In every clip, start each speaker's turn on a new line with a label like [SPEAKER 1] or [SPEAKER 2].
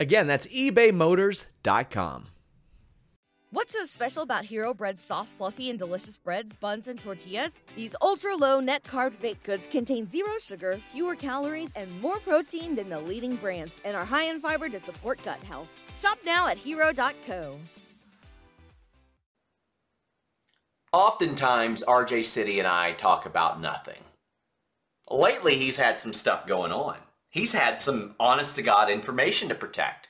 [SPEAKER 1] Again, that's e ebaymotors.com.
[SPEAKER 2] What's so special about Hero Bread's soft, fluffy, and delicious breads, buns, and tortillas? These ultra low net carb baked goods contain zero sugar, fewer calories, and more protein than the leading brands, and are high in fiber to support gut health. Shop now at hero.co.
[SPEAKER 1] Oftentimes, RJ City and I talk about nothing. Lately, he's had some stuff going on. He's had some honest to God information to protect.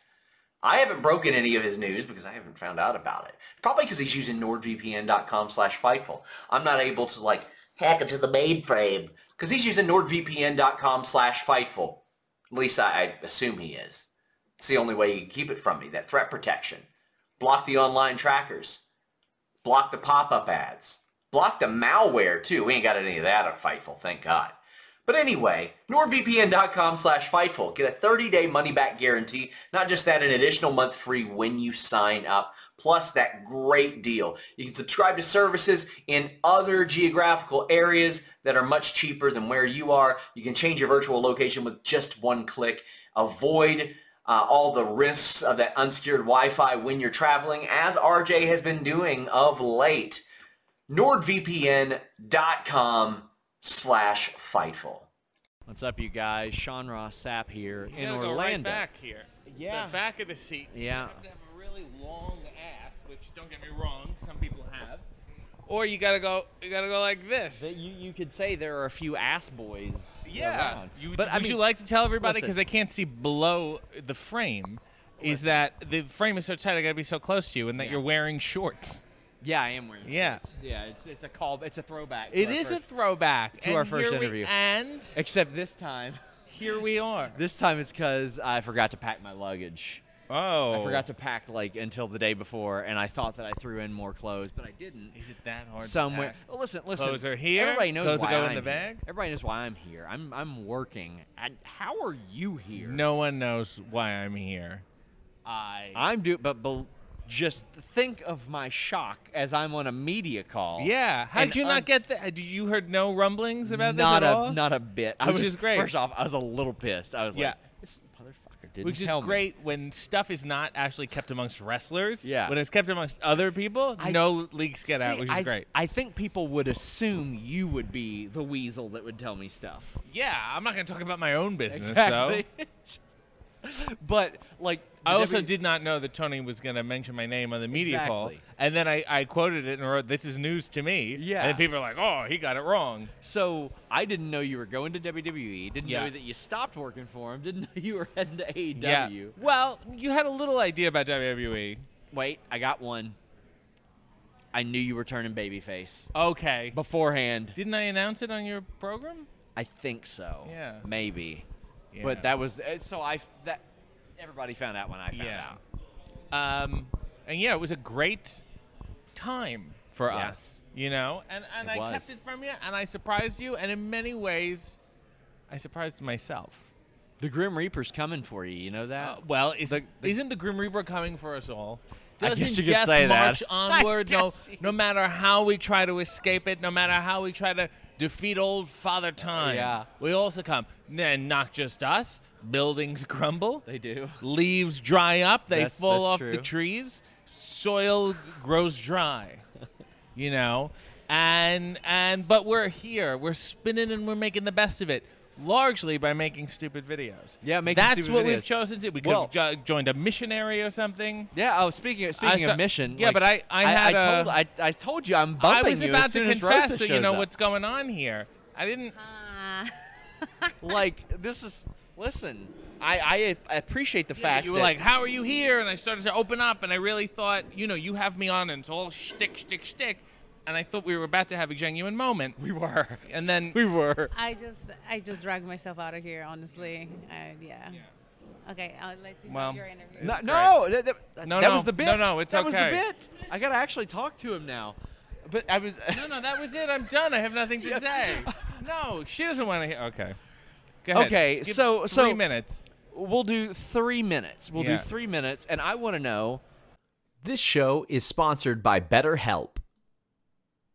[SPEAKER 1] I haven't broken any of his news because I haven't found out about it. Probably because he's using NordVPN.com slash Fightful. I'm not able to, like, hack into the mainframe because he's using NordVPN.com slash Fightful. At least I, I assume he is. It's the only way you can keep it from me, that threat protection. Block the online trackers. Block the pop-up ads. Block the malware, too. We ain't got any of that on Fightful, thank God. But anyway, nordvpn.com slash Fightful. Get a 30-day money-back guarantee. Not just that, an additional month free when you sign up. Plus that great deal. You can subscribe to services in other geographical areas that are much cheaper than where you are. You can change your virtual location with just one click. Avoid uh, all the risks of that unsecured Wi-Fi when you're traveling, as RJ has been doing of late. NordVPN.com slash Fightful. What's up, you guys? Sean Ross Sapp here
[SPEAKER 3] You
[SPEAKER 1] in
[SPEAKER 3] gotta go
[SPEAKER 1] Orlando.
[SPEAKER 3] right back here.
[SPEAKER 1] Yeah.
[SPEAKER 3] The back of the seat.
[SPEAKER 1] Yeah.
[SPEAKER 3] You have to have a really long ass, which don't get me wrong, some people have. Or you gotta go. You gotta go like this.
[SPEAKER 1] That You, you could say there are a few ass boys
[SPEAKER 3] yeah.
[SPEAKER 1] around.
[SPEAKER 3] You,
[SPEAKER 1] but
[SPEAKER 3] would
[SPEAKER 1] I mean,
[SPEAKER 3] you like to tell everybody
[SPEAKER 1] listen.
[SPEAKER 3] because they can't see below the frame? Is that the frame is so tight? I gotta be so close to you, and that you're wearing shorts.
[SPEAKER 1] yeah, I am wearing.
[SPEAKER 3] Yeah.
[SPEAKER 1] shorts. yeah. It's it's a call. It's a throwback. to
[SPEAKER 3] It
[SPEAKER 1] our
[SPEAKER 3] is a
[SPEAKER 1] first-
[SPEAKER 3] throwback
[SPEAKER 1] to our
[SPEAKER 3] And
[SPEAKER 1] first
[SPEAKER 3] here we-
[SPEAKER 1] interview.
[SPEAKER 3] and
[SPEAKER 1] except this time.
[SPEAKER 3] here we are.
[SPEAKER 1] This time it's because I forgot to pack my luggage.
[SPEAKER 3] Oh,
[SPEAKER 1] I forgot to pack like until the day before, and I thought that I threw in more clothes, but I didn't.
[SPEAKER 3] Is it that hard? to
[SPEAKER 1] somewhere.
[SPEAKER 3] pack?
[SPEAKER 1] Well, listen, listen.
[SPEAKER 3] Clothes are here.
[SPEAKER 1] Everybody knows
[SPEAKER 3] Clothes
[SPEAKER 1] why
[SPEAKER 3] go
[SPEAKER 1] I'm
[SPEAKER 3] in the
[SPEAKER 1] here.
[SPEAKER 3] bag.
[SPEAKER 1] Everybody knows why I'm here. I'm I'm working. And how are you here?
[SPEAKER 3] No one knows why I'm here. I.
[SPEAKER 1] I'm do. But bel just think of my shock as I'm on a media call.
[SPEAKER 3] Yeah. How
[SPEAKER 1] And
[SPEAKER 3] did you
[SPEAKER 1] un-
[SPEAKER 3] not get that? Did you heard no rumblings about this
[SPEAKER 1] Not
[SPEAKER 3] at
[SPEAKER 1] a
[SPEAKER 3] all?
[SPEAKER 1] not a bit. I
[SPEAKER 3] Which
[SPEAKER 1] was
[SPEAKER 3] is great.
[SPEAKER 1] First off, I was a little pissed. I was
[SPEAKER 3] Yeah.
[SPEAKER 1] like, this motherfucker didn't
[SPEAKER 3] Which is
[SPEAKER 1] tell me.
[SPEAKER 3] great when stuff is not actually kept amongst wrestlers.
[SPEAKER 1] Yeah.
[SPEAKER 3] When it's kept amongst other people,
[SPEAKER 1] I-
[SPEAKER 3] no leaks get out,
[SPEAKER 1] See,
[SPEAKER 3] which is
[SPEAKER 1] I-
[SPEAKER 3] great.
[SPEAKER 1] I think people would assume you would be the weasel that would tell me stuff.
[SPEAKER 3] yeah, I'm not going to talk about my own business though.
[SPEAKER 1] but like,
[SPEAKER 3] I
[SPEAKER 1] the
[SPEAKER 3] also
[SPEAKER 1] W-
[SPEAKER 3] did not know that Tony was going to mention my name on the media call,
[SPEAKER 1] Exactly.
[SPEAKER 3] and then I, I quoted it and wrote, "This is news to me."
[SPEAKER 1] Yeah.
[SPEAKER 3] and then people are like, "Oh, he got it wrong."
[SPEAKER 1] So I didn't know you were going to WWE. Didn't
[SPEAKER 3] Yeah.
[SPEAKER 1] know that you stopped working for him. Didn't know you were heading to E AEW.
[SPEAKER 3] Yeah. Well, you had a little idea about E. WWE.
[SPEAKER 1] Wait, I got one. I knew you were turning babyface
[SPEAKER 3] Okay.
[SPEAKER 1] beforehand.
[SPEAKER 3] Didn't I announce it on your program?
[SPEAKER 1] I think so.
[SPEAKER 3] Yeah.
[SPEAKER 1] Maybe.
[SPEAKER 3] Yeah.
[SPEAKER 1] But that was uh, so I f- that everybody found out when I found
[SPEAKER 3] yeah.
[SPEAKER 1] out.
[SPEAKER 3] Um, and yeah, it was a great time for
[SPEAKER 1] Yeah.
[SPEAKER 3] us, you know. And and
[SPEAKER 1] It
[SPEAKER 3] I
[SPEAKER 1] was.
[SPEAKER 3] kept it from you, and I surprised you, and in many ways, I surprised myself.
[SPEAKER 1] The Grim Reaper's coming for you. You know
[SPEAKER 3] Uh,
[SPEAKER 1] that.
[SPEAKER 3] well, is, isn't the Grim Reaper coming for us all?
[SPEAKER 1] I guess
[SPEAKER 3] Doesn't
[SPEAKER 1] you could
[SPEAKER 3] death
[SPEAKER 1] say that.
[SPEAKER 3] march
[SPEAKER 1] I
[SPEAKER 3] onward? No,
[SPEAKER 1] guess you-
[SPEAKER 3] no matter how we try to escape it, no matter how we try to defeat old Father Time,
[SPEAKER 1] Yeah.
[SPEAKER 3] we also come. And not just us. Buildings crumble.
[SPEAKER 1] they do.
[SPEAKER 3] leaves dry up, they
[SPEAKER 1] That's-
[SPEAKER 3] fall
[SPEAKER 1] that's
[SPEAKER 3] off the
[SPEAKER 1] true.
[SPEAKER 3] trees, soil g- grows dry. you know? And and but we're here. We're spinning and we're making the best of it. largely by making stupid videos.
[SPEAKER 1] Yeah, making
[SPEAKER 3] That's
[SPEAKER 1] stupid
[SPEAKER 3] what
[SPEAKER 1] videos.
[SPEAKER 3] we've chosen to. We could
[SPEAKER 1] Well-
[SPEAKER 3] have jo- joined a missionary or something.
[SPEAKER 1] Yeah. Oh, speaking of, speaking
[SPEAKER 3] saw-
[SPEAKER 1] of mission.
[SPEAKER 3] yeah,
[SPEAKER 1] like,
[SPEAKER 3] but I- I had
[SPEAKER 1] I
[SPEAKER 3] a-
[SPEAKER 1] told I, I told you I'm
[SPEAKER 3] I
[SPEAKER 1] bumping
[SPEAKER 3] was
[SPEAKER 1] you
[SPEAKER 3] about
[SPEAKER 1] as soon
[SPEAKER 3] to
[SPEAKER 1] as
[SPEAKER 3] confess,
[SPEAKER 1] Rosa
[SPEAKER 3] so you
[SPEAKER 1] shows
[SPEAKER 3] know
[SPEAKER 1] up.
[SPEAKER 3] what's going on here. I didn't.
[SPEAKER 4] Ah.
[SPEAKER 1] like this is. Listen, I I a- appreciate the fact
[SPEAKER 3] you were
[SPEAKER 1] that-
[SPEAKER 3] like, "How are you here?" And I started to open up, and I really thought, you know, you have me on, and it's all shtick, shtick, shtick. And I thought we were about to have a genuine moment.
[SPEAKER 1] we were,
[SPEAKER 3] And then
[SPEAKER 1] we were.
[SPEAKER 4] I just I just dragged myself out of here, honestly. I, yeah. Okay, I'll let you
[SPEAKER 3] Well,
[SPEAKER 4] have your interview.
[SPEAKER 1] No,
[SPEAKER 3] It's
[SPEAKER 1] no, that, that-
[SPEAKER 3] No,
[SPEAKER 1] that
[SPEAKER 3] no.
[SPEAKER 1] was the bit.
[SPEAKER 3] No, no, it's
[SPEAKER 1] that was the
[SPEAKER 3] okay.
[SPEAKER 1] bit. I gotta actually talk to him now. But I was.
[SPEAKER 3] no, no, that was it. I'm done. I have nothing to
[SPEAKER 1] Yeah.
[SPEAKER 3] say. No, she doesn't want to hear. Okay. Go ahead.
[SPEAKER 1] Okay,
[SPEAKER 3] Give
[SPEAKER 1] so-
[SPEAKER 3] three
[SPEAKER 1] so-
[SPEAKER 3] minutes.
[SPEAKER 1] we'll do three minutes. We'll
[SPEAKER 3] Yeah.
[SPEAKER 1] do three minutes, and I want to know.
[SPEAKER 5] This show is sponsored by BetterHelp.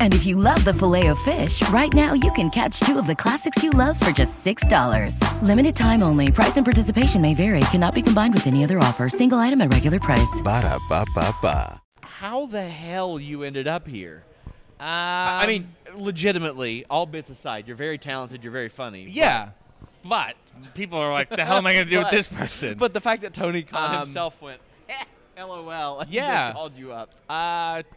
[SPEAKER 6] And if you love the filet of fish, right now you can catch two of the classics you love for just $6. Limited time only. Price and participation may vary. Cannot be combined with any other offer. Single item at regular price.
[SPEAKER 7] Ba-da-ba-ba-ba.
[SPEAKER 1] How the hell you ended up here? Um,
[SPEAKER 3] Uh,
[SPEAKER 1] I mean, legitimately, all bits aside, you're very talented, you're very funny.
[SPEAKER 3] yeah. But people are like, "The hell am I going to do with
[SPEAKER 1] But-
[SPEAKER 3] this person?"
[SPEAKER 1] But the fact that Tony Khan
[SPEAKER 3] Um,
[SPEAKER 1] himself went, "Eh, LOL, and
[SPEAKER 3] Yeah.
[SPEAKER 1] just called you up.
[SPEAKER 3] Uh, t-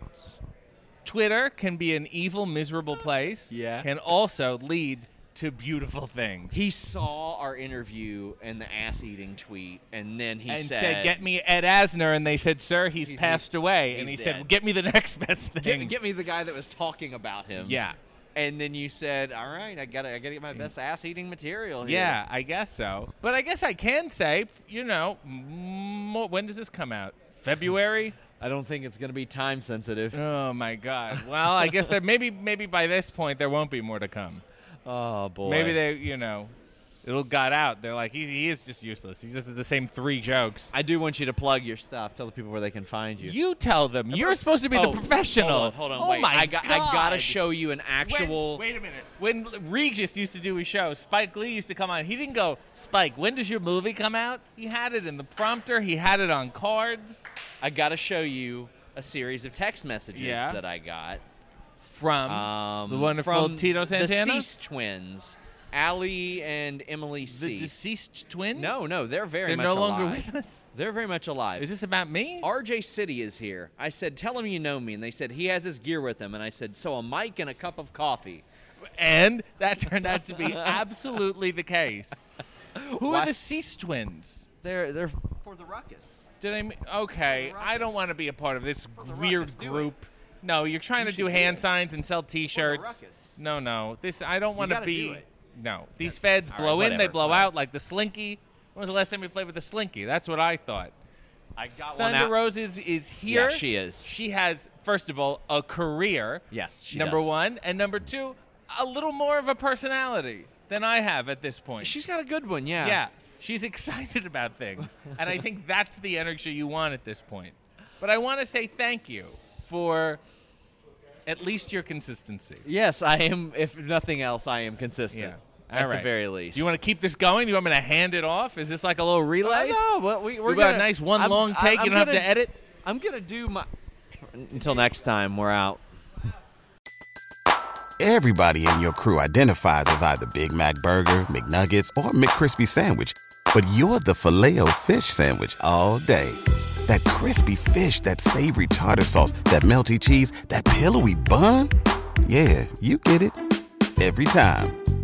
[SPEAKER 3] Twitter can be an evil, miserable place.
[SPEAKER 1] Yeah.
[SPEAKER 3] Can also lead to beautiful things.
[SPEAKER 1] He saw our interview and the ass eating tweet, and then he
[SPEAKER 3] and
[SPEAKER 1] said,
[SPEAKER 3] said, "Get me Ed Asner," and they said, "Sir, he's,
[SPEAKER 1] He's-
[SPEAKER 3] passed away." and he
[SPEAKER 1] he's
[SPEAKER 3] said,
[SPEAKER 1] dead.
[SPEAKER 3] well, "Get me the next best
[SPEAKER 1] get,
[SPEAKER 3] thing."
[SPEAKER 1] get me the guy that was talking about him."
[SPEAKER 3] Yeah.
[SPEAKER 1] And then you said, "All right, I gotta, I gotta get my best ass eating material." Here.
[SPEAKER 3] yeah, I guess so. But I guess I can say, you know, mo when does this come out? February?
[SPEAKER 1] I don't think it's gonna be time sensitive.
[SPEAKER 3] Oh my God! Well, I guess there maybe maybe by this point there won't be more to come.
[SPEAKER 1] Oh boy.
[SPEAKER 3] Maybe they, you know, it'll got out. They're like, he, he is just useless. He just did the same three jokes.
[SPEAKER 1] I do want you to plug your stuff. Tell the people where they can find you.
[SPEAKER 3] you tell them. You're supposed to be the
[SPEAKER 1] Oh,
[SPEAKER 3] professional.
[SPEAKER 1] Hold on, hold on
[SPEAKER 3] Oh
[SPEAKER 1] wait.
[SPEAKER 3] my
[SPEAKER 1] I got,
[SPEAKER 3] God.
[SPEAKER 1] I gotta show you an
[SPEAKER 3] When-
[SPEAKER 1] actual.
[SPEAKER 3] wait a minute. When Regis used to do his show, Spike Lee used to come on. He didn't go, Spike, when does your movie come out? He had it in the prompter. He had it on cards
[SPEAKER 1] I gotta show you a series of text messages
[SPEAKER 3] Yeah.
[SPEAKER 1] that I got.
[SPEAKER 3] from
[SPEAKER 1] Um,
[SPEAKER 3] the wonderful
[SPEAKER 1] from
[SPEAKER 3] Tito Santana.
[SPEAKER 1] the Cease twins, Allie and Emily
[SPEAKER 3] The
[SPEAKER 1] Cease.
[SPEAKER 3] deceased twins?
[SPEAKER 1] No, no, they're very
[SPEAKER 3] They're
[SPEAKER 1] much
[SPEAKER 3] no
[SPEAKER 1] alive.
[SPEAKER 3] longer with us.
[SPEAKER 1] They're very much alive.
[SPEAKER 3] Is this about me?
[SPEAKER 1] RJ City is here. I said, "Tell him you know me," and they said he has his gear with him. And I said, "So a mic and a cup of coffee."
[SPEAKER 3] And that turned out to be absolutely the case. Who
[SPEAKER 1] Why-
[SPEAKER 3] are the Cease twins?
[SPEAKER 1] They're they're for the ruckus.
[SPEAKER 3] Did I? m- Okay, I don't want to be a part of this
[SPEAKER 1] the
[SPEAKER 3] weird
[SPEAKER 1] ruckus, do it.
[SPEAKER 3] group. No, you're trying to
[SPEAKER 1] should
[SPEAKER 3] do
[SPEAKER 1] do
[SPEAKER 3] hand
[SPEAKER 1] it.
[SPEAKER 3] signs and sell T-shirts.
[SPEAKER 1] ruckus.
[SPEAKER 3] No, no, this I don't want to
[SPEAKER 1] gotta
[SPEAKER 3] be.
[SPEAKER 1] do it.
[SPEAKER 3] No, these feds
[SPEAKER 1] all right,
[SPEAKER 3] blow in, they
[SPEAKER 1] whatever,
[SPEAKER 3] blow
[SPEAKER 1] whatever.
[SPEAKER 3] out like the Slinky. When was the last time we played with the Slinky? That's what I thought.
[SPEAKER 1] I got one
[SPEAKER 3] Thunder
[SPEAKER 1] out.
[SPEAKER 3] Roses is here.
[SPEAKER 1] she is.
[SPEAKER 3] She has, first of all, a career.
[SPEAKER 1] Yes, she
[SPEAKER 3] number
[SPEAKER 1] does.
[SPEAKER 3] one, and number two, a little more of a personality than I have at this point.
[SPEAKER 1] She's got a good one, yeah.
[SPEAKER 3] yeah, she's excited about things, and I think that's the energy you want at this point. But I want to say thank you for at least your consistency.
[SPEAKER 1] Yes, I am. If nothing else, I am consistent.
[SPEAKER 3] Yeah.
[SPEAKER 1] At
[SPEAKER 3] All
[SPEAKER 1] the
[SPEAKER 3] right.
[SPEAKER 1] very least.
[SPEAKER 3] Do you want to keep this going? Do you want me to hand it off? Is this like a little relay?
[SPEAKER 1] Oh, no, well, we, we're
[SPEAKER 3] We got a
[SPEAKER 1] gonna-
[SPEAKER 3] nice one
[SPEAKER 1] I'm-
[SPEAKER 3] long
[SPEAKER 1] I-
[SPEAKER 3] take, you
[SPEAKER 1] I'm
[SPEAKER 3] don't have to
[SPEAKER 1] gonna-
[SPEAKER 3] edit.
[SPEAKER 1] I'm gonna do my. Until next time, we're out.
[SPEAKER 7] Everybody in your crew identifies as either Big Mac Burger, McNuggets, or McCrispy Sandwich. But you're the filet fish Sandwich all day. That crispy fish, that savory tartar sauce, that melty cheese, that pillowy bun. Yeah, you get it. Every time.